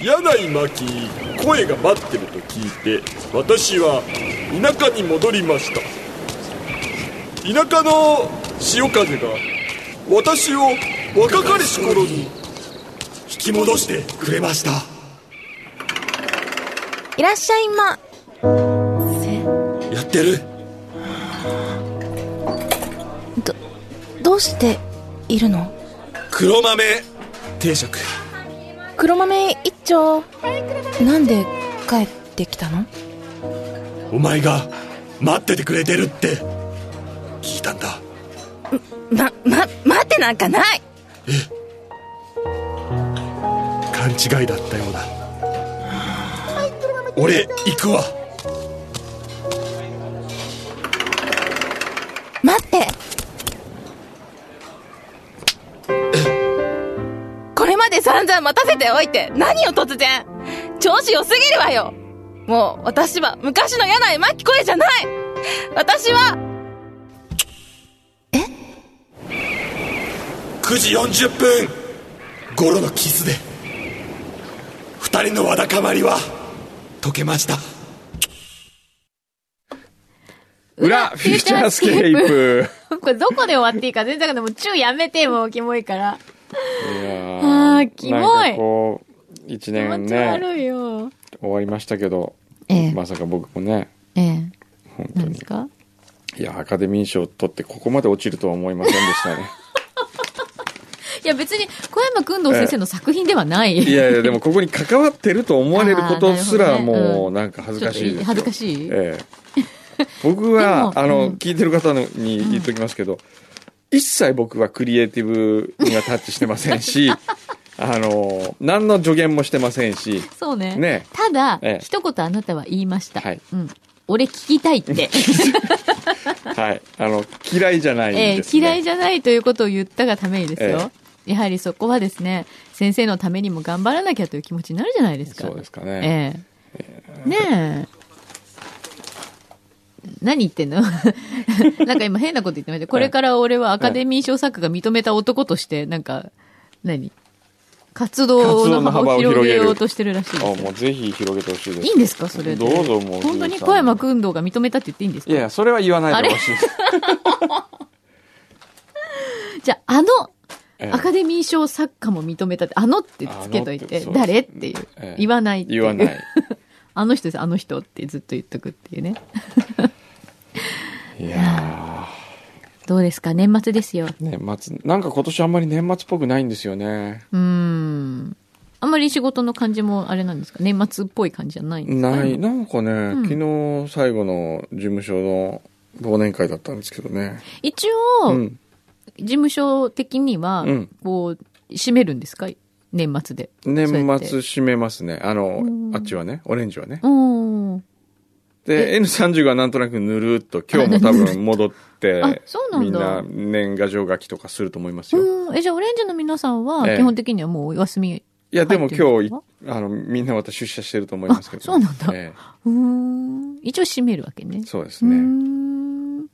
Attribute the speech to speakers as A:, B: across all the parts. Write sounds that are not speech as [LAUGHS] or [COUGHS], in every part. A: 柳巻声が待ってると聞いて私は田舎に戻りました田舎の潮風が私を若かりし頃に
B: 引き戻してくれました
C: いらっしゃいま
B: やってる
C: どどうしているの
B: 黒豆定食
C: 黒豆一丁なんで帰ってきたの
B: お前が待っててくれてるって聞いたんだ
C: ま、ま、待ってなんかない
B: 勘違いだったようだ俺行くわ
C: 待って [COUGHS] これまで散々待たせておいて何を突然調子良すぎるわよもう私は昔の柳井真紀子じゃない私は
B: 9時40分頃のキスで二人のわだかまりは解けました
D: 裏、フューチャースケープ。
E: [LAUGHS] これどこで終わっていいか全然わかんない。もうチューやめて、もうキモいから。
D: いや
E: あーキモい
D: なんかこう、一
E: 気持
D: 年
E: ち
D: ね、
E: 悪いよ。
D: 終わりましたけど、
E: ええ
D: まさか僕もね、
E: ええ。
D: 本当
E: 何で
D: に
E: す。か
D: いや、アカデミー賞取ってここまで落ちるとは思いませんでしたね。 [LAUGHS]
E: いや別に、小山くんどう先生の作品ではない。
D: いやいや、でもここに関わってると思われることすら
E: あーなるほどね
D: も
E: う
D: う、なんか恥ず
E: ちょ
D: か
E: っと
D: しいですよ。
E: 恥ずかしい。
D: ええ僕は
E: で、も
D: あの、
E: うん
D: 聞いてる方のに言っときますけど、一切僕はクリエイティブにはタッチしてません
E: [LAUGHS]
D: し、あの、何の助言もしてませんし、
E: そうね。
D: ね
E: ただ、
D: ええ
E: 一言あなたは言いました。
D: はい
E: うん。俺聞きた
D: [LAUGHS]
E: いって。
D: はい。あの、嫌いじゃないん
E: ええ
D: です、ね。
E: 嫌いじゃないということを言ったがためにですよ。やはりそこはですね、先生のためにも頑張らなきゃという気持ちになるじゃないですか。
D: そうですかね。
E: ええ。ねえ。何言ってんの [LAUGHS] なんか今変なこと言ってました。これから俺はアカデミー賞作が認めた男として、なんか、何活動の幅を広げようとしてるらしいですよ
D: あもうぜひ広げてほしいです。
E: いいんですかそれで。
D: どうぞもう
E: 本当
D: 藤
E: に
D: 井さん
E: 小山君堂が認めたって言っていいんですか
D: いやいや、それは言わないでほしいです。
E: じゃあ、あの、
D: ええ
E: アカデミー賞作家も認めたって、あのってつけと
D: あ
E: い
D: のって
E: て
D: そ、うです
E: 誰っていう、
D: ええ
E: 言わないっていう
D: 言わない。
E: [LAUGHS] あの人です、あの人ってずっと言っとくっていうね。
D: いや
E: どうですか年末ですよ。
D: ー年末、なんか今年あんまり年末っぽくないんですよね。
E: うーん。あんまり仕事の感じもあれなんですか年末っぽい感じじゃないんですか
D: ない、なんかね、
E: ん
D: 昨日最後の事務所の忘年会だったんですけどね。
E: 一
D: う
E: 応、
D: ん。
E: 事務所的には、
D: うん
E: こう、閉めるんですか年末で。
D: 年
E: そうやって
D: 末締めますね。あの
E: うん、
D: あっちはね、オレンジはね。
E: うん。
D: で、N30 がなんとなくぬるっと、今日も多分戻って
E: あ、そうなん
D: みん
E: だ
D: な年賀状書きとかすると思いますよ。
E: うん。え、じゃあ、オレンジの皆さんは、
D: ええ
E: 基本的にはもうお休み。
D: いや、でも今
E: 入って
D: 日
E: るんで、
D: あの、みんなまた出社してると思いますけど。
E: あそうなんだ
D: え
E: うーん。一応閉めるわけね。
D: えそうです
E: うー
D: ね。
E: ん。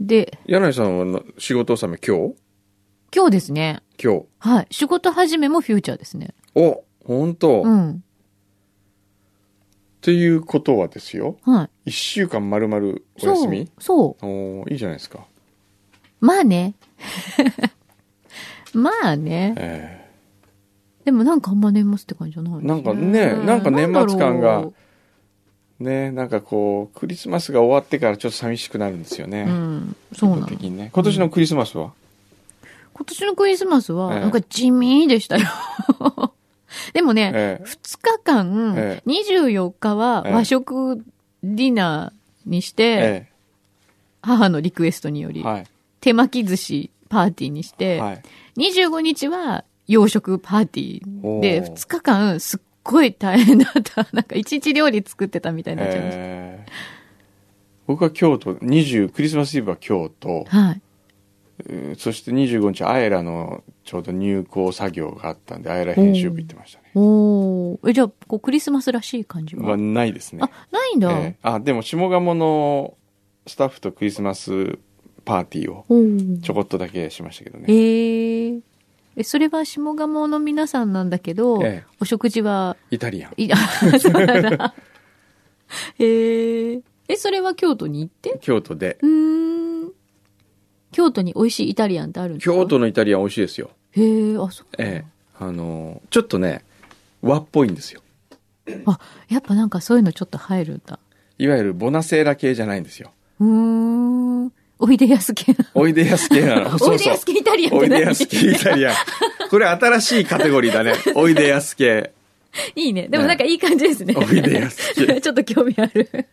E: で、
D: 柳井さんはな仕事納め今日
E: 今日ですね。
D: 今日。
E: はい。仕事始めもフューチャーですね。
D: お、本当、
E: う
D: っ
E: ん。
D: ていうことはですよ。
E: はい。
D: 一週間まるまるお
E: そう
D: 休み
E: そ
D: おーいいじゃないですか。
E: う。まあね。 [LAUGHS] まあね。
D: え
E: でもなんかあんま年末って感じじゃない
D: えなんかね、なんか年末感
E: なんだ
D: が
E: ろ、
D: ね、なんかこう、クリスマスが終わってからちょっと寂しくなるんですよね。
E: ううん。そうなの。
D: 的にね。今年のクリスマスは、
E: 今年のクリスマスは、
D: ええ
E: なんか地味でしたよ。 [LAUGHS] でもね、
D: ええ
E: 2日間、
D: え
E: 24日は
D: ええ
E: 和食ディナーにして、
D: え
E: 母のリクエストによ
D: え
E: り、
D: は
E: 手巻き寿司パーティーにし
D: い。
E: て、
D: はい。
E: 25日は洋食パーティーで、
D: おー
E: 2日間すっごい大変だった。なんか一日料理作ってたみたいになっちゃいました。
D: ええ僕は京都、20、クリスマスイブは京都、
E: はい。
D: えーそして25日、アエラのちょうど入校作業があったんで、アエラ編集部行ってましたね。
E: おーえ、じゃあ、こう、クリスマスらしい感じは、
D: はないですね
E: あ。、ないんだ。
D: ええあ、でも下鴨のスタッフとクリスマスパーティーを
E: おー
D: ちょこっとだけしましたけどね。
E: えええそれは下鴨の皆さんなんだけど、
D: ええ
E: お食事は、
D: イタリアン。
E: いそうなんだ。へええ、それは京都に行って
D: 京都で。
E: うーん。京都に美味しいイタリアンってあるんですか
D: 京都のイタリアン美味しいですよ。
E: へえ、あ、そう。
D: ええ。あのー、ちょっとね、和っぽいんですよ。
E: あ、やっぱなんかそういうのちょっと入るんだ。
D: いわゆるボナセーラ系じゃないんですよ。
E: うーん。おいでやす系。
D: おいでやす系なの。
E: [LAUGHS] おいでやす系イタリアンっ
D: お
E: て何
D: いでやす系イタリアン。これ新しいカテゴリーだね。おいでやす系。
E: いいね。でもなんかいい感じですね。
D: おいでやす系
E: [LAUGHS] ちょっと興味ある。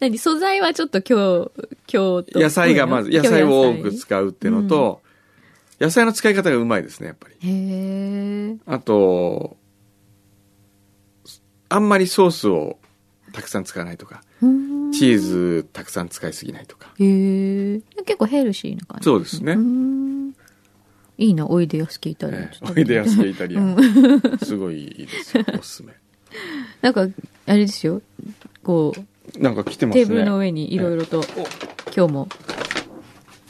E: 何素材はちょっと今日、京都。
D: 野菜がまず、野菜を多く
E: う。
D: 使うっていうのと、野菜の使い方がうまいですね、やっぱり。
E: へえ。
D: あと、あんまりソースをたくさん使わないとか、
E: うーん
D: チーズたくさん使いすぎないとか。
E: へえ。結構ヘルシーな感じ。
D: そうですね
E: うーんいいな、おいでやす系イタリアン
D: え
E: ち
D: え
E: ょっと
D: おいでやす系イタリアン。すごいいいですよ、おすすめ。
E: なんか、あれですよ。こう、
D: なんか来てますね。
E: テーブルの上にいろいろと、今日も、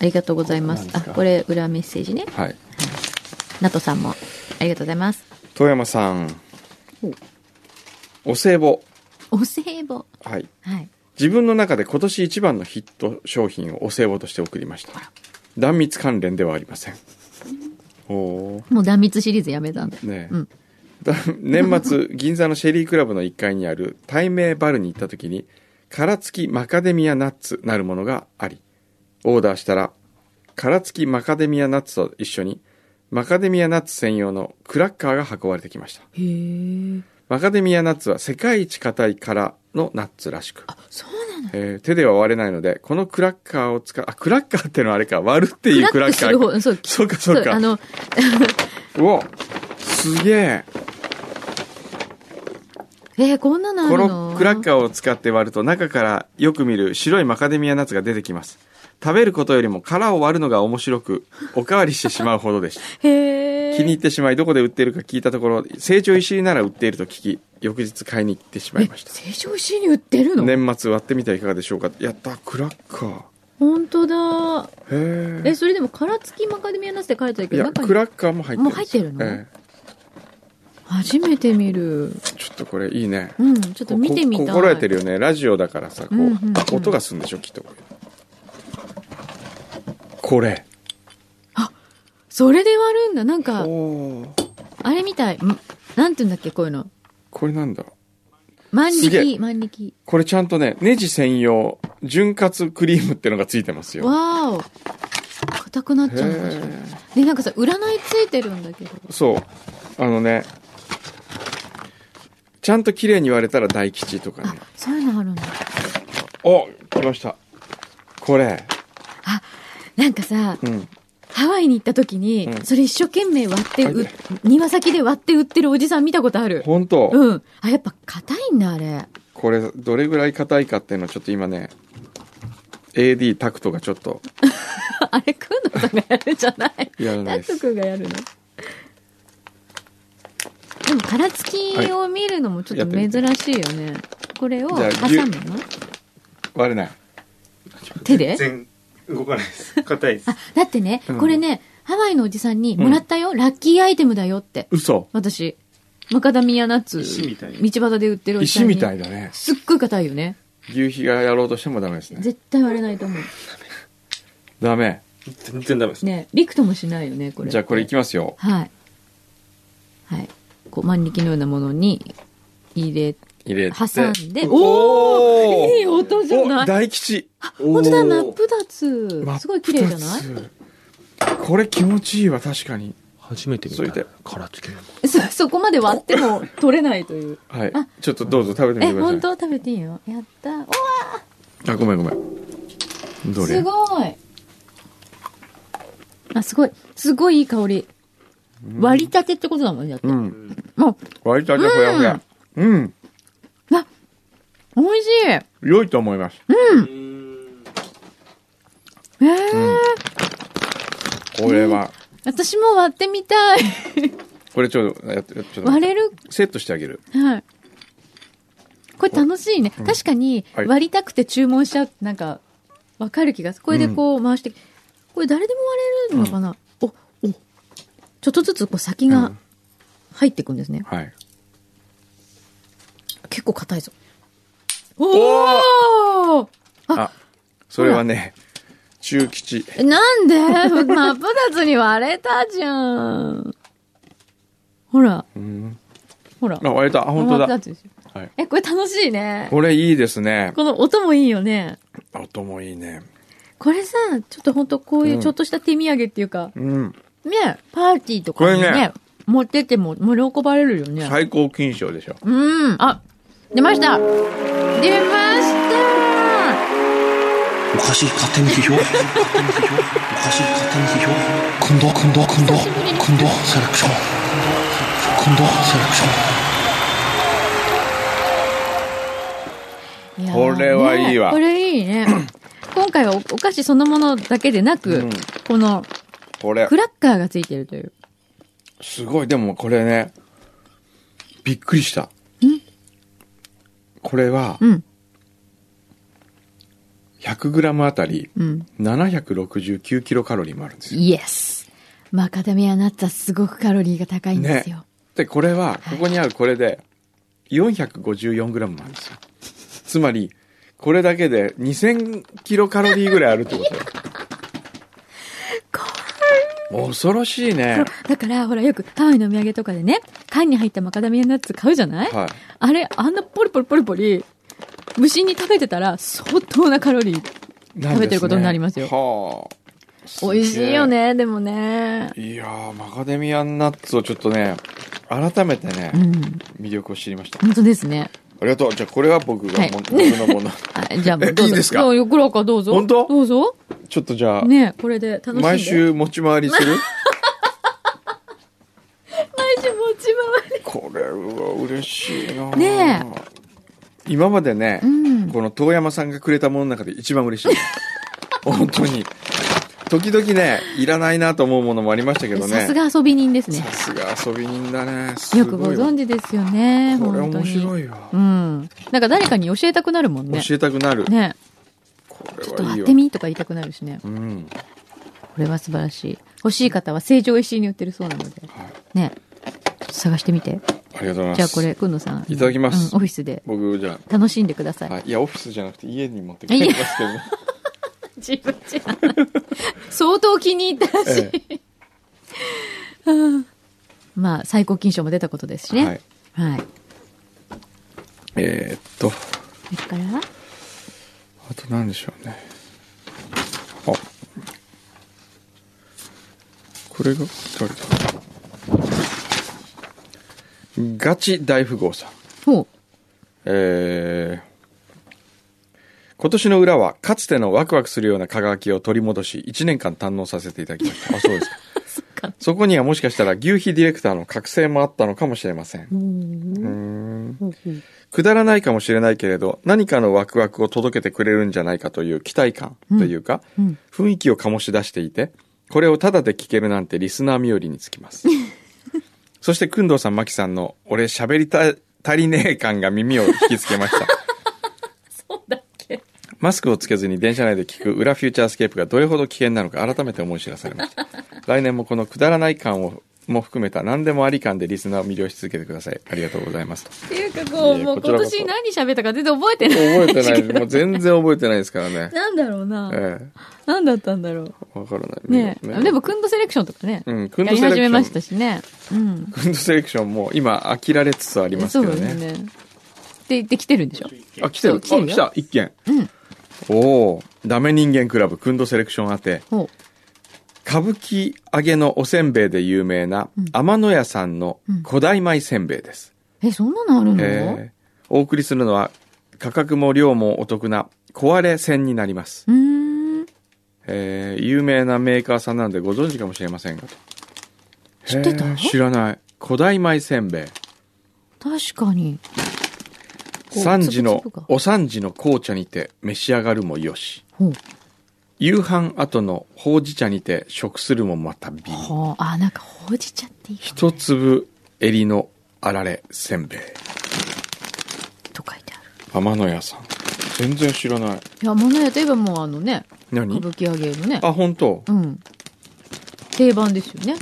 E: ありがとうございます。
D: 何
E: あ、
D: ですか
E: これ、裏メッセージね。
D: はい。
E: ナトさんも、ありがとうございます。
D: 遠山さん
E: お。
D: お歳暮。
E: お歳暮。
D: はい。
E: はい。
D: 自分の中で今年一番のヒット商品をお歳暮として送りました。断密関連ではありません。おお。
E: もう断密シリーズやめたんだ。
D: ねえ
E: うん
D: だ [LAUGHS] 年末、銀座のシェリークラブの1階にある対名バルに行った時に、殻付きマカデミアナッツなるものがあり、オーダーしたら、殻付きマカデミアナッツと一緒に、マカデミアナッツ専用のクラッカーが運ばれてきました。
E: へえ。
D: マカデミアナッツは世界一硬い殻のナッツらしく。
E: そうなの
D: えー手では割れないので、このクラッカーを使う、あ、クラッカーってのはあれか、割るっていうク
E: クラ
D: ラッ
E: ックす
D: カ
E: る
D: ー
E: 方、そう、
D: そうかそうか
E: あの、
D: うわ、すげえ。
E: えー、こんなのあ
D: こ
E: る
D: の
E: の
D: クラッカーを使って割ると中からよく見る白いマカデミアナッツが出てきます。食べることよりも殻を割るのが面白く、おかわりしてしまうほどでした。
E: へえ。
D: 気に入ってしまい、どこで売っているか聞いたところ、成長石井なら売っていると聞き、翌日買いに行ってしまいました。
E: 成城石井に売ってるの、
D: 年末割ってみてはいかがでしょうかやった、クラッカ
E: 本当だ。
D: ー。へ
E: え、
D: え。
E: それでも、殻付きマカデミアナッツって書いてある
D: い
E: けど、
D: や、
E: 中
D: ク
E: に
D: ラッカーも入ってるんです。
E: もう入ってるの
D: ええ
E: 初めて見る。
D: ちょっとこれいいね。
E: うん、ちょっと見てみたい。
D: こ心得てるよね。ラジオだからさ、こう、
E: うんうんうん
D: 音がするんでしょ、きっと。これ。
E: それで割るんだ。なんか、
D: おー
E: あれみたい。んなんて言うんだっけ、こういうの。
D: これなんだ
E: 万
D: すげ
E: 力、
D: え
E: 万力。
D: これちゃんとね、ネジ専用、潤滑クリームってのがついてますよ。
E: わーお。硬くなっ
D: へ
E: ちゃうんでし
D: ー
E: ょ。で、なんかさ、占いついてるんだけど。
D: そう。あのね、ちゃんと綺麗に割れたら大吉とか
E: あ
D: ね。、
E: そういうのあるんだ。
D: お来ました。これ。
E: なんかさ、
D: うん。
E: ハワイに行った時に、
D: うん
E: それ一生懸命割って
D: あ
E: う
D: れ、
E: 庭先で割って売ってるおじさん見たことある。
D: 本当、
E: うん。あ、やっぱ硬いんだ、あれ。
D: これ、どれぐらい硬いかっていうのをちょっと今ね、AD タクトがちょっと
E: [LAUGHS] あれ、くんのさんがやるんじゃない
D: やらないで
E: タク
D: す。
E: 君がやるのでも殻付きを見るのもちょっと珍しいよね、これを挟
D: じゃあ
E: むの
D: 割れない。
E: 手で
F: 全然動かないです。硬いです。
E: あだってね、
D: ん
E: これねハワイのおじさんに「もらったよ、ラッキーアイテムだよ」って
D: 嘘。
E: 私マカダミアナッツ
F: 石みたい
E: 道端で売ってるおじさ
D: 石
E: んに
D: みたいだね。
E: すっごい硬いよね
D: 牛皮がやろうとしてもダメですね。
E: 絶対割れないと思
D: ダメ。
F: 全然ダメで
E: う
F: す。
E: ねリクともしないよねこれ
D: じゃあこれいきますよ。
E: はいはいこう万力のようなものに入れて
D: 入れて。
E: 挟んで、おお [LAUGHS] いい音じゃな
D: お
E: い
D: 大吉。
E: 本当だ、
D: おー
E: 真っ二つ。すごい綺麗じゃ
D: 真
E: な
D: っ二つこれ気持ちいいわ、確かに。
F: 初めて
D: 見た
F: 殻付きの。
E: いそ、そこまで割っても取れないという。
D: はい
E: あ。
D: ちょっとどうぞ食べてみ
E: え、
D: てください。
E: 本当食べていいよ。やった。おわ
D: あ、ごめんごめん。ど
E: す
D: れ
E: ごい。あ、すごい。すごいいい香り。割りたてってことだもんね。だって
D: うん。
E: も
D: 割りたてほやほや。うん。
E: う、あ、美味しい。え
D: 良いと思います。
E: ー、
D: これは。
E: 私も割ってみたい。
D: これちょっと、やって、ちょっと。
E: 割れる。
D: セットしてあげる。
E: はい。これ楽しいね。確かに
D: はい
E: 割りたくて注文しちゃうってなんか、わかる気がする。これでこう回して、これ誰でも割れるのかな、お、お、ちょっとずつこう先が入っていくんですね。
D: はい。
E: 結構硬いぞ。おおあ、
D: あ、それはね、中吉。
E: なんで [LAUGHS] 真っ二つに割れたじゃん。ほら。ほら。
D: あ、割れた。あ、本当
E: 真っ
D: だ
E: 二。つですよ
D: はい
E: え、これ楽しいね。
D: これいいですね。
E: この音もいいよね。
D: 音もいいね。
E: これさ、ちょっとほんとこういうちょっとした手土産っていうか、
D: うん。
E: ね、パーティーとかに
D: これ
E: ね
D: ね、
E: 持ってっても無料配れるよね。
D: 最高金賞でしょ。
E: うん。あ、出ました出ました
G: おかしい勝手に批評おかしい勝手に批評今度今度今度今度セレクション今度セレクション
E: いやー
D: これはいいわ
E: ねこれい
D: [CLEARS THROAT]
E: いね。今回はおお菓子そのものだけでなく、
D: うん
E: この
D: これ
E: ク。ラッカーがついてるという。
D: すごい。でもこれね、びっくりした。これは
E: う、ん、
D: 100g あたり
E: うん。
D: 769キロカロリーもあるんですよ。
E: イエスマカダミアナッツはすごくカロリーが高いんですよ。
D: で、これは、ここにあるこれで、454g もあるんですよ。つまり、これだけで2000キロカロリーぐらいあるってこと
E: [LAUGHS]
D: よ。恐ろしいね。
E: だから、ほら、よくハワイのお土産とかでね、缶に入ったマカダミアナッツ買うじゃない、
D: はい。
E: あれ、あんなポリポリポリポリ、無心に食べてたら、相当なカロリー。
D: なんですね
E: 食べてることになりますよ
D: はあ。すげえ
E: 美味しいよ。ね、でもね。
D: いやー、マカデミアンナッツをちょっとね、改めてね、
E: うん。
D: 魅力を知りました。あ
E: 本当ですね。
D: りがとう。じゃあこれは僕が、
E: はい
D: も僕の
E: [LAUGHS]
D: もの。
E: はい、じゃあもうどうぞ。
D: いいですか
E: どうよ、黒川どうぞ。
D: 本当
E: どうぞ。
D: ちょっとじゃあ、
E: ねえこれで楽しんで。
D: 毎。週持ち回りする
E: 毎週持ち回り。
D: これは嬉しいなあ
E: ね
D: 今までね、
E: ん
D: この遠山さんがくれたものの中で一番
E: [LAUGHS]
D: 嬉しい。本当に。時々ね、いらないなと思うものもありましたけどね。
E: さすが遊び人ですね。
D: さすが遊び人だね。
E: よくご存
D: 知。
E: 知ですよね、
D: これ
E: 本当
D: 面
E: に。
D: 白いわ
E: う。ん。なんか誰かに教えたくなるもんね。
D: 教えたくなる。
E: ね
D: こ
E: えちょ
D: れ
E: っと
D: はいい
E: 割っ
D: よ
E: て。みとか言いたくなるしね。
D: うん。
E: これは素晴らしい。欲しい方は成城石井に売ってるそうなので。ね探してみて。
D: ありがとうございます。
E: じゃあこれ、くんのさん。
D: いただきます
E: うんオフィスで
D: 僕じゃ
E: 楽しんでください。
D: あ、はい、いや、オフィスじゃなくて家に持って帰りますけどね。
E: 自分じゃない。相当気に入ったらしい。うんまあ、最高金賞も出たことですしね。は
D: はいい。
E: はい。
D: [LAUGHS] えーっと、
E: それから、
D: あと何でしょうね。あ。これが、誰だガチ大富豪さん。
E: ほう。
D: えー今年の裏はかつてのワクワクするような輝きを取り戻し1年間堪能させていただきま [LAUGHS] した。あ、そうですか。そこにはもしかしたら牛皮ディレクターの覚醒もあったのかもしれません。うーんくだらないかもしれないけれど何かのワクワクを届けてくれるんじゃないかという期待感というか、雰囲気を醸し出していてこれをタダで聞けるなんてリスナー冥利につきます。そして、くんどうさん、まきさんの、俺喋りた、足りねえ感が耳を引きつけました。
E: [LAUGHS] そうだっけ
D: マスクをつけずに電車内で聞く裏フューチャースケープがどれほど危険なのか改めて思い知らされました。来年もこのくだらない感を、も含めた何でもあり感でリスナーを魅了し続けてください。ありがとうございます。
E: っていうか、こう、
D: いや
E: もう
D: こちら
E: 今
D: こそ
E: 年何喋ったか全然覚えてない。
D: 覚えてない。もう全然覚えてないですからね。
E: [LAUGHS] なんだろうな。
D: え
E: なんだったんだろう。
D: え。わからない。
E: ねえ。でも、、クンドセレクションとかね。
D: うんクン
E: や
D: ド
E: り
D: セレク
E: 始
D: ション
E: めましたしね。うん。
D: くんどセレクションも今飽きられつつあります
E: そう
D: けど
E: です
D: ね。
E: ね。って言って来てるんでしょ
D: あ、来てる。あ、
E: 来てるよ
D: 来た。一件。おおダメ人間クラブ、くんどセレクション宛て。
E: ほ
D: 歌舞伎揚げのおせんべいで有名な天野屋さんの古代米せんべいです、
E: う。え、そんなのあるの
D: えーお送りするのは価格も量もお得な壊れ線になります、
E: うーん。
D: えー有名なメーカーさんなのでご存知かもしれませんがと
E: 知ってた
D: へー知らない古代米せんべい
E: 確かに。こう
D: 三時の
E: 粒々が
D: お三時の紅茶にて召し上がるもよし
E: ほう。
D: 夕飯後のほうじ茶にて食するもまた美味
E: はあ、あ、なんかほうじ茶っていいよ
D: 一粒襟のあられせんべい
E: と書いてある。
D: 天野屋さん全然知らない
E: いや、ものやといえばもうあのね、歌
D: 何
E: 舞伎揚げのね。
D: あ本当
E: うん。定番ですよね。
D: へ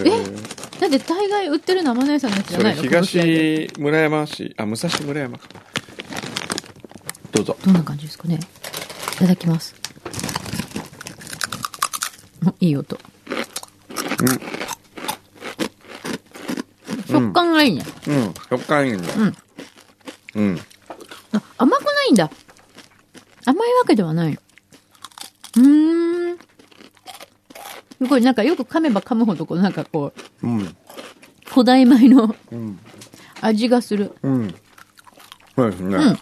E: え
D: ー
E: だって大概売ってるのは天野屋さんのやつじゃ
D: そ
E: な
D: れ
E: いのこの試合で
D: 東村山市あ武蔵村山かどうぞ
E: どんな感じですかねいただきますおいい音、食感がいいね
D: うん食感いいねうん、うん、
E: あ甘くないんだ甘いわけではないうーんすごいなんかよく噛めば噛むほどこうなんかこう、
D: ん
E: 古代米の、味がする
D: うんそうですね、
E: ん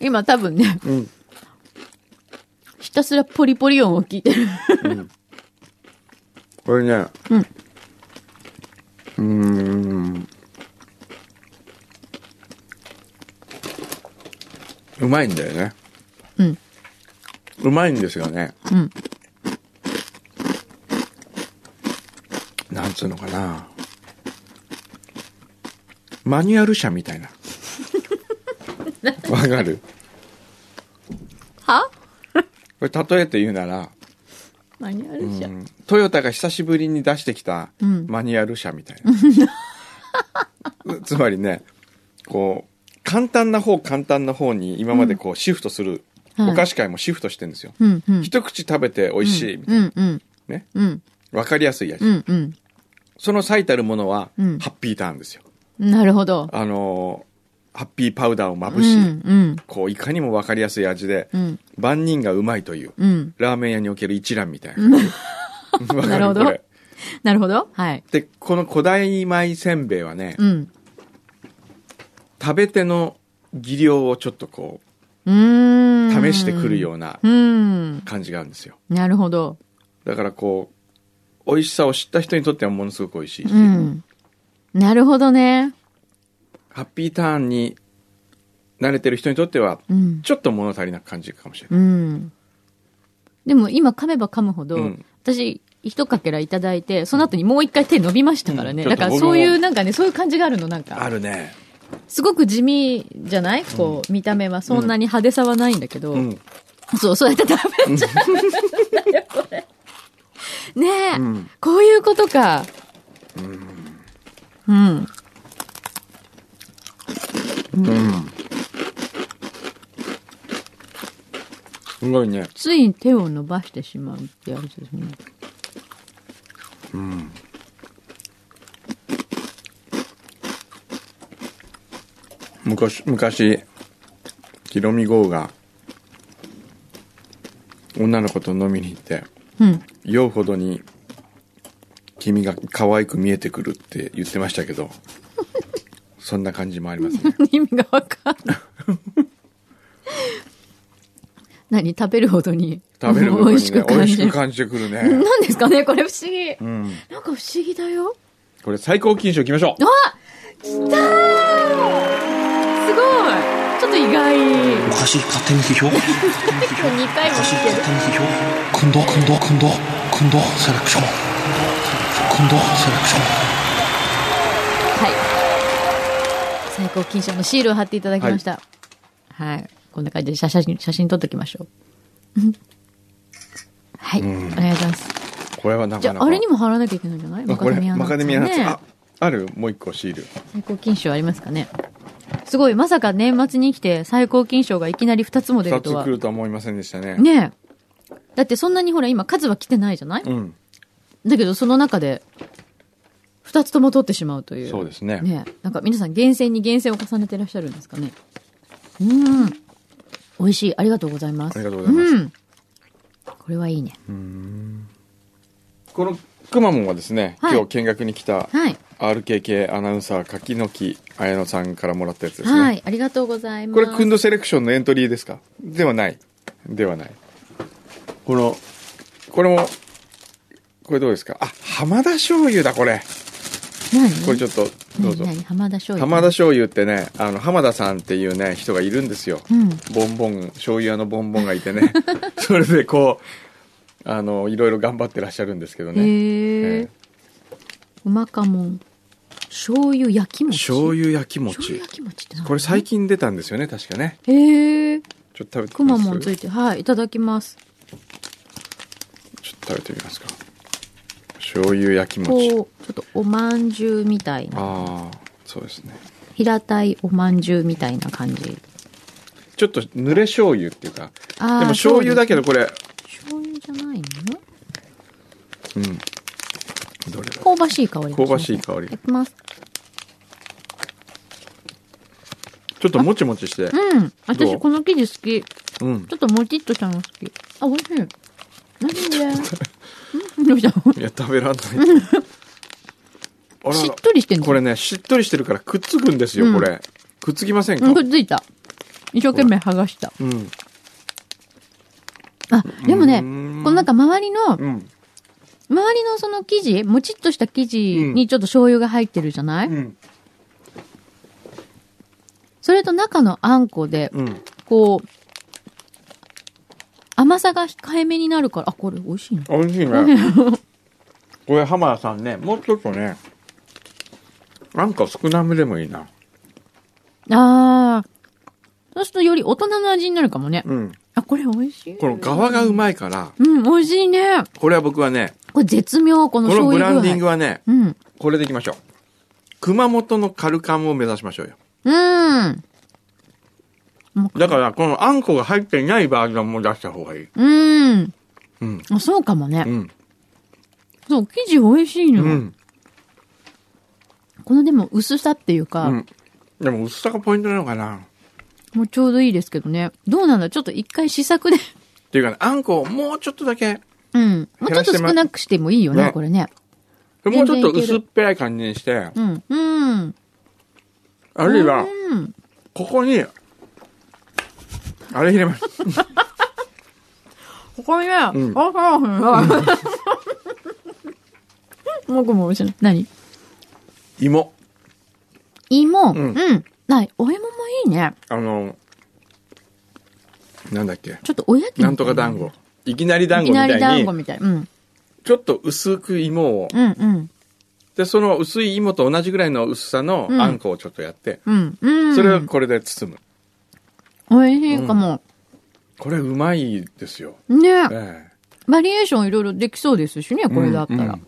E: 今多分ね、
D: ん
E: ひたすらポリポリ音を聞いてる
D: これねう
E: うん
D: んんうまいんだよね
E: うん
D: うまいんですよね
E: うん
D: なんつうのかなマニュアル車み
E: [LAUGHS]
D: たいなわかる
E: は
D: これ例えて言うなら、
E: [LAUGHS] マニュアルじゃ、
D: うんんトヨタが久しぶりに出してきた
E: うん
D: マニュアル車みたいな、 [LAUGHS] つまりねこう簡単な方簡単な方に今までこうシフトする、
E: はい
D: お菓子界もシフトしてるんですよ、
E: うんうん
D: 一口食べて美味しいみたい
E: うんうん
D: なね
E: うん
D: わかりやすい味、
E: うんうん
D: その最たるものは、
E: うん
D: ハッピーターンですよ
E: なるほど
D: あのーハッピーパウダーをまぶ
E: う
D: し、
E: んうん
D: こういかにもわかりやすい味で、
E: うん
D: 万人がうまいという
E: うん
D: ラーメン屋における一覧みたい [LAUGHS] なわ
E: な
D: か
E: るほ
D: る
E: ど
D: これ
E: なるほどはい
D: でこの古代米せんべいはね、
E: うん
D: 食べ手の技量をちょっとこ
E: うーん
D: う試してくるような
E: うん
D: 感じがあるんですよ
E: なるほど
D: だからこう美味しさを知った人にとってはものすごく美味しいし、
E: うんなるほどね
D: ハッピーターンに慣れてる人にとっては
E: うん
D: ちょっと物足りなく感じるかもしれない、
E: うんでも今噛めば噛むほど、
D: うん
E: 私一かけらいただいてその後にもう一回手伸びましたからね、
D: うん
E: だから
D: ちょっと僕
E: そ
D: も
E: ういうなんかねそういう感じがあるのなんか
D: あるね
E: すごく地味じゃないこう、見た目はそんなに派手さはないんだけど、
D: うん
E: そう、そうやって食べちゃうんだよ、これ。ねえ、
D: うん
E: こういうことか。うん。うん。
D: すごいね
E: ついに手を伸ばしてしまうってやつですね。
D: 昔昔ヒロミ号が女の子と飲みに行って
E: うん。
D: 酔うほどに君が可愛く見えてくるって言ってましたけ
E: [LAUGHS]
D: どそんな感じもありますね
E: 意味がわかんない。何食べるほどに。
D: 食べるごと
E: 美
D: に
E: 味し
D: ね
E: く
D: 美
E: 感
D: 味
E: じ
D: しく
E: る。
D: 感じてくるね
E: 何ですかねこれ不思議。
D: うん
E: なんか不思議だよ。
D: これ最高金賞いきましょう
E: あ来たーすごいちょっと意外。
G: おかしい勝手に批評おかしい
E: 結構2回も見てる
G: 勝手に批評今度今度今度今度セレクション今度セレクション
E: はい最高金賞のシールを貼っていただきましたはい、こんな感じで写真写真撮っておきましょううんはい、お願いします
D: これはな
E: じ
D: か
E: ゃ
D: な
E: あ
D: か
E: あれにも貼らなきゃいけないんじゃない
D: あ
E: マカ
D: こ
E: デ
D: れ
E: ミアナ
D: マ
E: ッ
D: カ
E: ツ
D: デ
E: ね
D: ミアナッツああるもう一個シール
E: 最高金賞ありますかねすごいまさか年末に来て最高金賞がいきなり2つも出
D: 2
E: る
D: つ
E: とは
D: 来るとは思いませんでしたね
E: ねえだってそんなにほら今数は来てないじゃない、
D: うん
E: だけどその中で2つとも取ってしまうという
D: そうですね
E: ねえなんか皆さん厳選に厳選を重ねてらっしゃるんですかね。うん。美味しい。ありがとうございます。
D: ありがとうございます
E: うん。これはいいね。
D: このくまモンはですね、
E: はい
D: 今日見学に来た
E: はい。
D: RKK アナウンサー柿の木綾乃さんからもらったやつですね、
E: はい。ありがとうございます。
D: これクンドセレクションのエントリーですかではないではないこのこれもこれどうですかあ浜田醤油だこれ
E: 何
D: これちょっとどうぞ
E: 何何浜田醤油。
D: 浜田醤油ってねあの浜田さんっていうね人がいるんですよ、
E: うん
D: ボンボン醤油屋のボンボンがいて
E: [LAUGHS]
D: ねそれでこうあのいろいろ頑張ってらっしゃるんですけどね、
E: へえ。うまかもん。醤油焼き餅。
D: 醤油焼き
E: 醤
D: 餅
E: 油焼き餅ってなんだ
D: これ最近出たんですよね確かね
E: へえ。
D: ちょっと食べて
E: く
D: み
E: ま
D: ま
E: モン
D: す
E: ついて、はい、いただきます。
D: ちょっと食べてみますか醤油焼き
E: こう、ちょ
D: 餅
E: っとおまんじゅうみたいな、
D: ああそうですね
E: 平たいおまんじゅうみたいな感じ。
D: ちょっと濡れ醤油っていうかで
E: あー
D: も醤油だけど
E: そう
D: これ
E: ですね醤油じゃないのね。
D: うんどれだ
E: 香ばしい香りがします。
D: 香ばしい香り
E: いただきます。
D: ちょっともちもちして
E: うん。
D: ど
E: 私、
D: う
E: この生地好き。
D: うん
E: ちょっともちっとしたの好き。あ、美味しい。なんでうんどうしたの
D: いや食べらんない
E: [LAUGHS]
D: あらら
E: しっとりしてんの
D: これねしっとりしてるからくっつくんですよこれくっつきませんか
E: うんくっついた。一生懸命剥がした。
D: うん
E: あ、でもね、
D: うー
E: こ
D: ん
E: のなんか周りの、
D: うん
E: 周りのその生地、もちっとした生地にちょっと醤油が入ってるじゃない、
D: ん
E: それと中のあんこで、
D: うん
E: こう、甘さが控えめになるから、あ、これ美味しいな。
D: 美味
E: [LAUGHS]
D: しいねこれ浜田さんねもうちょっとねなんか少なめでもいいな
E: あー。そうするとより大人の味になるかもね。
D: うん
E: あ、これ美味しい。
D: この側がうまいから
E: うん、美味しいね。
D: これは僕はね
E: これ絶妙、この
D: この
E: 醤
D: ブ
E: 油
D: ラ
E: 具合。
D: ンディングはね
E: うん。
D: これでいきましょう熊本のカルカンを目指しましょうよ
E: うん。
D: だからこのあんこが入っていないバージョンも出した方がいい
E: うん。
D: うん
E: あ、そうかもね。
D: うん
E: そう、生地美味しいの。
D: うん
E: このでも薄さっていうか、
D: うんでも薄さがポイントなのかな
E: もうちょうどいいですけどね。どうなんだちょっと一回試作で。 [LAUGHS]
D: っていうかねあんこをもうちょっとだけ
E: うん。もうちょっと少なくしてもいいよね、
D: ね
E: これね。
D: もうちょっと
E: 全然いけ
D: 薄
E: る
D: っぺらい感じにして
E: うん。うん。
D: あるいは
E: うん。
D: ここにあれ入れます
E: ここにね、あ、
D: うん
E: そうなんだ。もぐもぐしない。何
D: 芋
E: 芋。うんん。ない。お芋もいいね。
D: あのなんだっけ
E: ちょっとおやきみたい
D: なんとか団子いきなり団子
E: いき
D: み
E: な
D: た
E: り団
D: い
E: 子
D: に
E: みたい。うん。
D: ちょっと薄く芋を
E: うんうん。
D: でその薄い芋と同じぐらいの薄さの
E: うん
D: あんこをちょっとやって、
E: うん。うん。
D: それをこれで包む
E: おいしいかも。
D: これうまいですよ、
E: ね
D: ええ
E: バリエーションいろいろできそうですしね、これだったら。
D: うんうん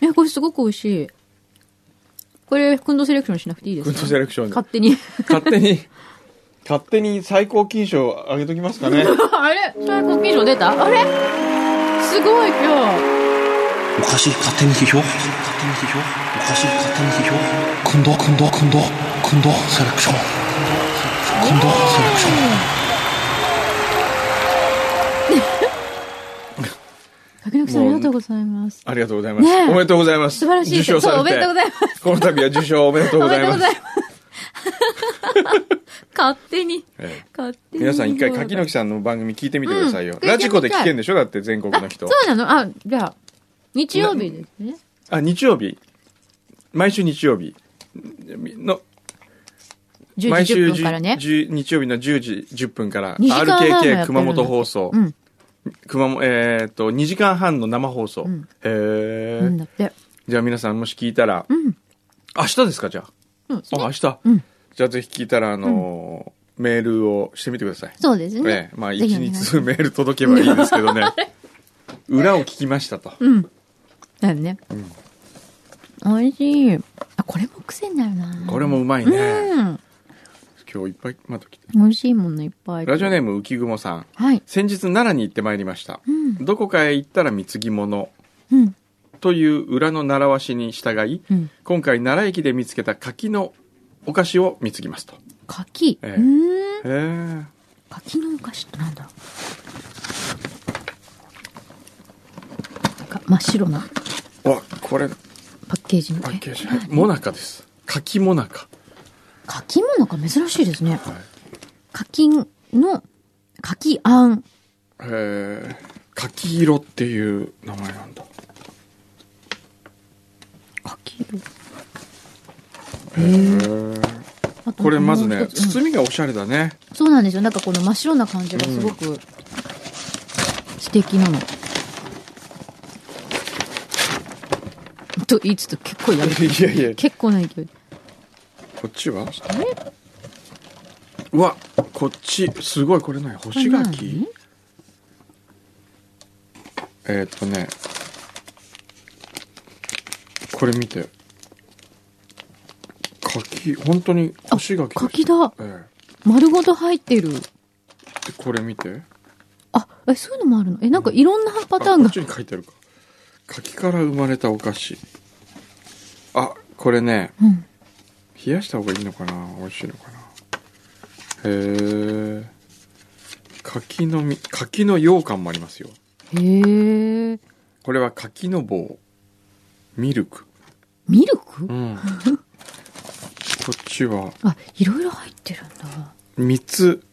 E: え、これすごく美味しい。これ、くんどセレクションしなくていいです
D: ク
E: か
D: ントセレクションで
E: 勝手に。 [LAUGHS]
D: 勝手に [LAUGHS] 勝手に最高金賞をあげときますか
E: [LAUGHS]
D: ね
E: あれ最高金賞出たあれすごい今
G: おかしい勝手に批評勝手に批評おかしい勝手に批評くんどくんどくんどくんどセレクションくんどセレクション
E: 日。竹中さんありがとうございます。
D: ありがとうございます、
E: ねえ
D: おめでとうございます
E: 素晴らしい。
D: 受賞されて
E: そう、おめでとうございます。
D: この度は受賞おめでとう
E: お
D: ご
E: め
D: ざ
E: で
D: い
E: とう
D: ま
E: ご
D: す
E: ざいます。 [LAUGHS] 勝手に、
D: ええ
E: 勝手に。
D: 皆さん一回柿の木さんの番組聞いてみてくださいよ、
E: うん
D: ラジコで聞けんでしょだって全国の人
E: そうなのあ、じゃあ、日曜日ですね。
D: あ日曜日毎週日曜日の
E: 10
D: 毎
E: 時
D: 週10
E: 10分からね。
D: 10日曜日の10時10分から
E: 二時間半もやってるんだ
D: RKK 熊本放送、
E: うん。
D: 熊本えーっと2時間半の生放送、
E: ん
D: へえ、
E: なんだって。
D: じゃあ皆さんもし聞いたら、
E: うん。
D: 明日ですかじゃあ
E: うん。
D: あ明日、
E: うん
D: じゃあぜひ聞いたらあのーメールをしてみてください
E: そうです
D: え。
E: ね
D: えまあ
E: ぜひ
D: 1
E: お願い
D: 日 [LAUGHS]
E: します
D: 通メール届けばいいですけどね裏を聞きましたと、
E: うん。だよね。美味しい。あ、これも癖になるな。
D: これもうまいね、
E: うん。
D: 今日いっぱいまた来て
E: 美味しいものいっぱい。
D: ラジオネ
E: ー
D: ーム浮雲さん
E: ム。はい。
D: 先日奈良に行ってまいりました、
E: ん
D: どこかへ行ったら貢ぎ物
E: うん。
D: という裏の習わしに従い、
E: うん
D: 今回奈良駅で見つけた柿のお菓子を貢ぎますと
E: 柿。う
D: ええ
E: ーん。
D: へえ
E: 柿のお菓子ってなんだなんか真っ白な
D: わこれ
E: パッケージの。
D: パッケージ
E: え
D: はいもなかです柿もなか
E: 柿もなんか珍しいですね。
D: はい
E: 柿の、柿あん。
D: へえ柿色っていう名前なんだ
E: 柿色。あと
D: これまずね
E: もう一つうん
D: 包みがおしゃれだね
E: そうなんですよ。なんかこの真っ白な感じがすごく素敵なの。といいつと結構やる
D: [LAUGHS] いやいや
E: 結構な勢い
D: こっちはうわこっちすごいこれ何干し柿えーっとねこれ見て柿本当に干し柿です
E: 柿だ
D: え
E: 丸ごと入ってる
D: えでこれ見て
E: あえそういうのもあるのえなんかいろんなパターン
D: あこ
E: が
D: っちに書いてあるか柿から生まれたお菓子あこれね
E: うん
D: 冷やした方がいいのかな美味しいのかなへえ柿の実柿の羊羹もありますよ
E: へえ
D: これは柿の棒ミルク
E: ミルク
D: うん
E: [LAUGHS]
D: こっちは
E: あいろいろ入ってるんだ
D: 三つ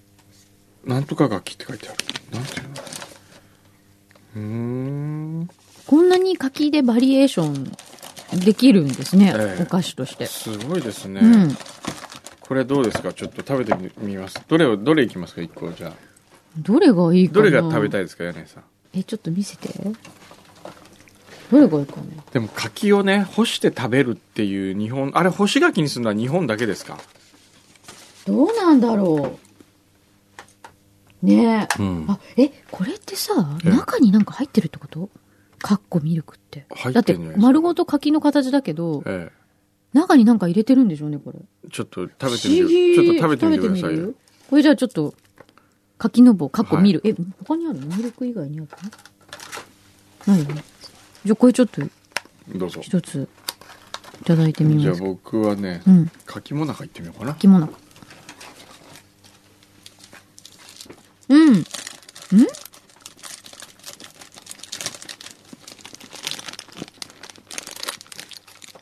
D: なんとか柿って書いてあるなんていうのうーん
E: こんなに柿でバリエーションできるんですね、
D: ええ
E: お菓子として、
D: すごいですね、
E: うん
D: これどうですかちょっと食べてみますどれをどれいきますか一個じゃあ
E: どれがいいか
D: ど
E: な
D: れが食べたいですか柳井さん
E: えちょっと見せてどれがいいかな
D: でも柿をね干して食べるっていう日本あれ干し柿にするのは日本だけですか
E: どうなんだろうねえ、
D: うん
E: あえこれってさ
D: ええ
E: 中になんか入ってるってことかっこミルクって
D: 入
E: だ
D: っ
E: ってて
D: んじゃないですか
E: 丸ごと柿の形だけど
D: え
E: 中になんか入れてるんでしょうねこれ
D: えちょっと食べて
E: 不思議
D: みてちょっと食べてみてください
E: 食べてみ
D: よ
E: るこれじゃあちょっと柿の棒かっこ
D: はい
E: ミルク、え他にあるのミルク以外にあるのないよねじゃあこれちょっと
D: どうぞ
E: 一ついただいてみ
D: じゃあ
E: ます
D: 僕はね、
E: うん
D: 柿もなか行ってみようかな
E: 着物うんん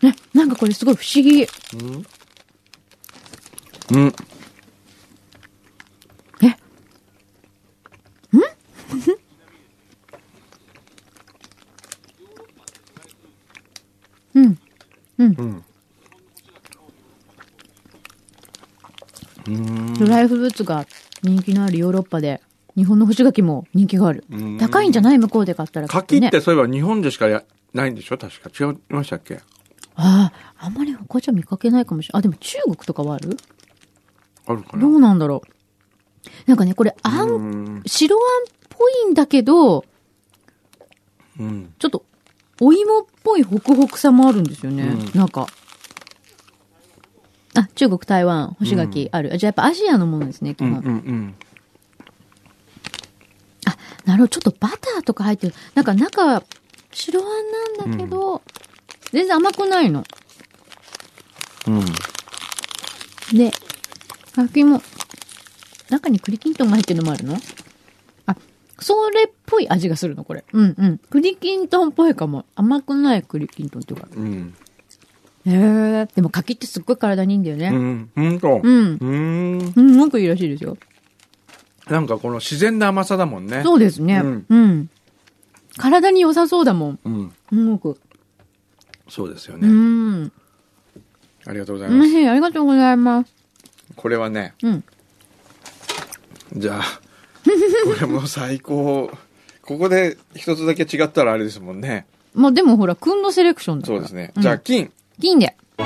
E: えなんかこれすごい不思議え
D: うん
E: うん
D: うーん
E: ドライフルーツが人気のあるヨーロッパで日本の干し柿も人気がある
D: うん
E: 高いんじゃない向こうで買ったらきと
D: 柿ってそういえば日本でしかやないんでしょ確か違いましたっけ
E: あああんまり他じゃ見かけないかもしれないあでも中国とかはある
D: あるか
E: ど
D: な
E: うなんだろうなんかねこれあ
D: うんん
E: 白あんっぽいんだけど
D: うん
E: ちょっと、お芋っぽいホクホクさもあるんですよね。
D: う
E: なんか。あ、中国、台湾、干し柿ある。あじゃあやっぱアジアのものですね、基
D: うんうんう
E: 本。
D: ん
E: なるほど。ちょっとバターとか入ってる。なんか中、白あんなんだけど、全然甘くないの。
D: うん
E: で、柿も、中に栗きんとんが入ってるのもあるのあ、それっぽい味がするの、これ。うんうん。栗きんとんっぽいかも。甘くない栗きんとんっていうか。
D: うん
E: へえ。でも柿ってすっごい体にいいんだよね。
D: うんうんと
E: うん。
D: うん
E: うん、すごくいいらしいですよ。
D: なんかこの自然な甘さだもんね
E: そうですね。
D: う
E: うんん。体に良さそうだもん。
D: うん
E: すごく。
D: そうですよ
E: う
D: ね、
E: ん。
D: ありがとうございます、
E: ねありがとうございます。
D: これはね
E: うん。
D: じゃあこれも最高ここで一つだけ違ったらあれですもんね
E: まあでもほら、くんのセレクションだか
D: そう
E: ら。
D: ですね、じゃあ
E: うん、
D: 金
E: 銀で。
G: お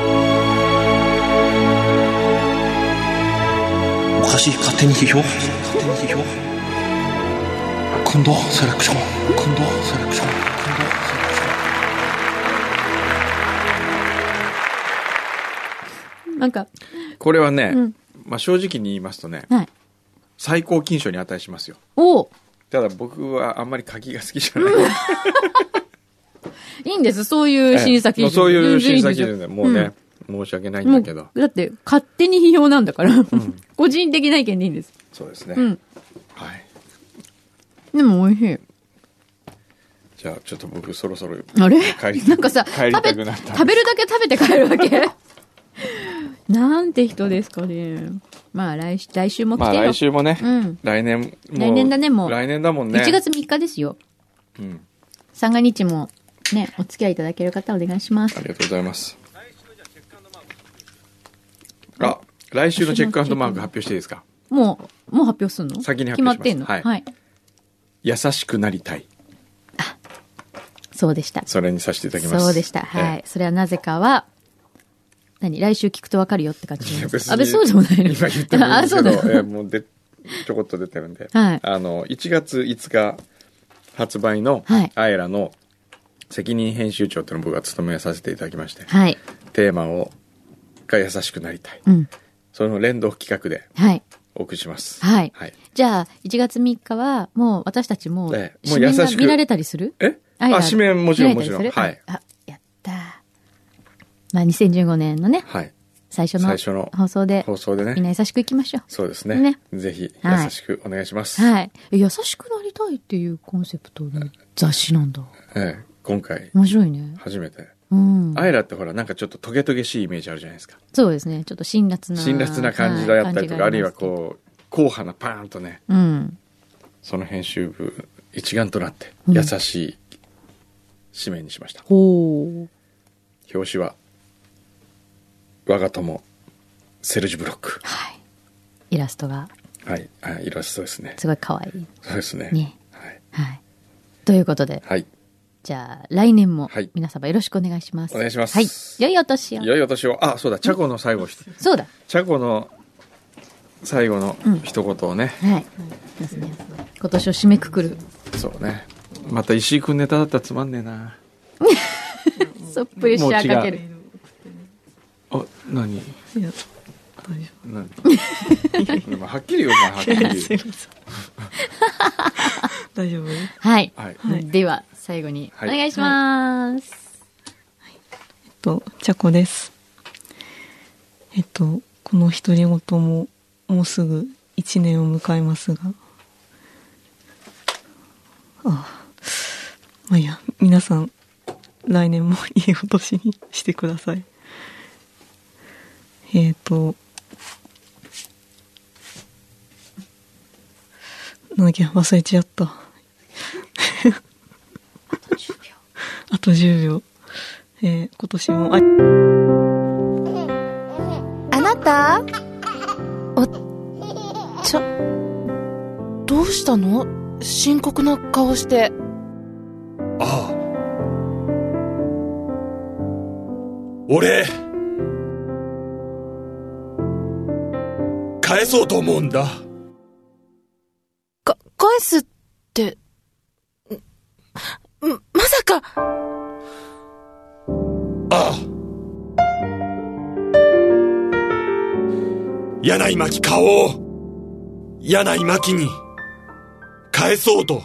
G: かしい勝手に批評勝手に批評今度セレクション今度セレクション今度セレクション
E: なんか、
D: これはね、
E: うん
D: まあ、正直に言いますとね
E: はい。
D: 最高金賞に値しますよ
E: おう
D: ただ僕はあんまり柿が好きじゃない、
E: いいんです。そういう審査基
D: ええもう
E: 準。
D: そういう審査基
E: 全然
D: 準で
E: いいんですよ
D: もうね、申し訳ない
E: うん
D: んだ
E: もう
D: けど
E: だって、勝手に批評なんだから。 [LAUGHS] 個人的な意見でいいんです。
D: そうですね、
E: うん。
D: はい
E: でも美味しい。
D: じゃあちょっと僕そろそろ
E: あれ
D: 帰り
E: なんかさ、
D: 帰りた
E: 食べ、
D: くなった
E: 食べるだけ食べて帰るわけ [LAUGHS] なんて人ですかね。まあ来し、来週も来
D: まあ
E: てよ。
D: 来週もね、
E: うん
D: 来年もう
E: 来年だねもう
D: 来年だもんね
E: 1月3日ですよ。
D: うん
E: 三が日も、ね、お付き合いいただける方お願いします
D: あ。りがとうございます。あ、来週のチェックアンドマーク発表していいですか
E: もう、もう発表すんの
D: 先に発表します
E: 決まってんの
D: はい
E: はい。
D: 優しくなりたい。
E: そうでした。
D: それにさせていただきます
E: そうでした。はい。
D: え
E: それはなぜかは、何来週聞くとわかるよって感じなんで
D: 別
E: すか。あ、
D: に
E: 別にそうでもないの。
D: 今言ってもいい
E: [LAUGHS] あ、
D: です
E: そう
D: け
E: だ
D: ど、
E: よ。
D: えーもうでちょこっと出てるんで、
E: はい
D: あの1月5日発売の
E: はい
D: 「アイラの責任編集長っていうのを僕が務めさせていただきまして、
E: はい。
D: テーマをが優しくなりたい、
E: うん。
D: それの連動企画で
E: はい。
D: お送りします
E: はい
D: はい、
E: じゃあ、1月3日は、もう私たちもう、
D: ええもう
E: 紙面
D: 優
E: が
D: しく
E: 見られたりする
D: え
E: アイラ
D: あ紙面もちろん
E: 見
D: も
E: ら
D: ち
E: れ
D: ろ
E: た
D: ん
E: りする
D: はい、
E: あ、やったー。まあ、2015年のね、
D: はい、
E: 最初の
D: 最初の
E: 放送で、
D: 放送で
E: みんな
D: ね
E: 優しくいきましょう。
D: そうですね
E: ね
D: ぜひ
E: はい
D: 優しくお願いします、
E: はい。え優しくなりたいっていうコンセプトの雑誌なんだ。
D: ええ今回
E: 面白いね。
D: 初めて、
E: うん。
D: アイラってほらなんかちょっとトゲトゲしいイメージあるじゃないですか
E: そうですね。ちょっと辛辣な。
D: 辛辣な感じだったりとか、
E: は
D: あ
E: い
D: るいはこう硬派なパーンとね
E: う。うん。
D: その編集部一丸となって
E: うん
D: 優しい紙面にしました、
E: ほう。
D: 表紙は我が友セルジュ・ブロック
E: はい。イラストが
D: はい、はい、イラストですね
E: すごい可愛い。
D: そうですね
E: ね
D: はい、
E: はい。ということで、
D: はい、
E: じゃあ来年も
D: はい
E: 皆様よろしくお願いします。
D: お願いします
E: はい。良いお年を。
D: 良いお年をあそうだチャコの最後ひ
E: そうだ。
D: チャコの最後の一言をね、
E: はい。ですね。今年を締めくくる。
D: そうねまた石井君ネタだったらつまんねえな
E: そう、プレッシャーかける。
D: あ [LAUGHS] 何
H: いや大丈
D: 何まあはっきり言うお前はっきり
H: [LAUGHS]
D: 言う
H: 夫大丈夫えっ
E: はい。
D: はい
H: はい
E: では、最後にお
D: はい
E: 願いします。
H: とちゃこですえっとこの独り言ももうすぐ1年を迎えますがああまあいいや皆さん来年もいいお年にしてくださいえっとなんだっけ忘れちゃったあと10秒えー今年もあ
C: あなたあ、ちょ、どうしたの深刻な顔して。
B: ああ俺返そうと思うんだ
C: か、返すって、んんまさか、
B: ああ柳巻顔を柳巻に返そうと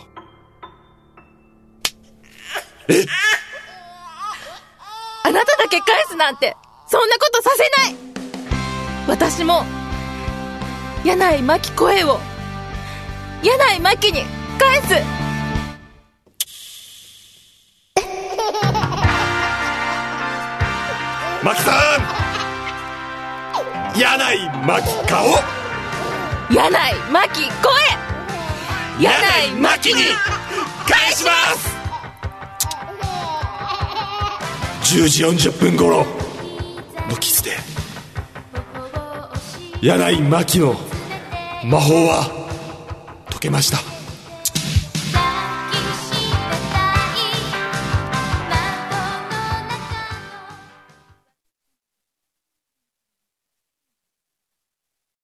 C: あなただけ返すなんて、そんなことさせない私も、柳井真紀声を、柳井真紀に返す
B: 巻さん柳井巻顔
C: 柳井真紀声柳井真
B: 巻に返します10時40分頃のキスで柳井真紀の魔法は解けました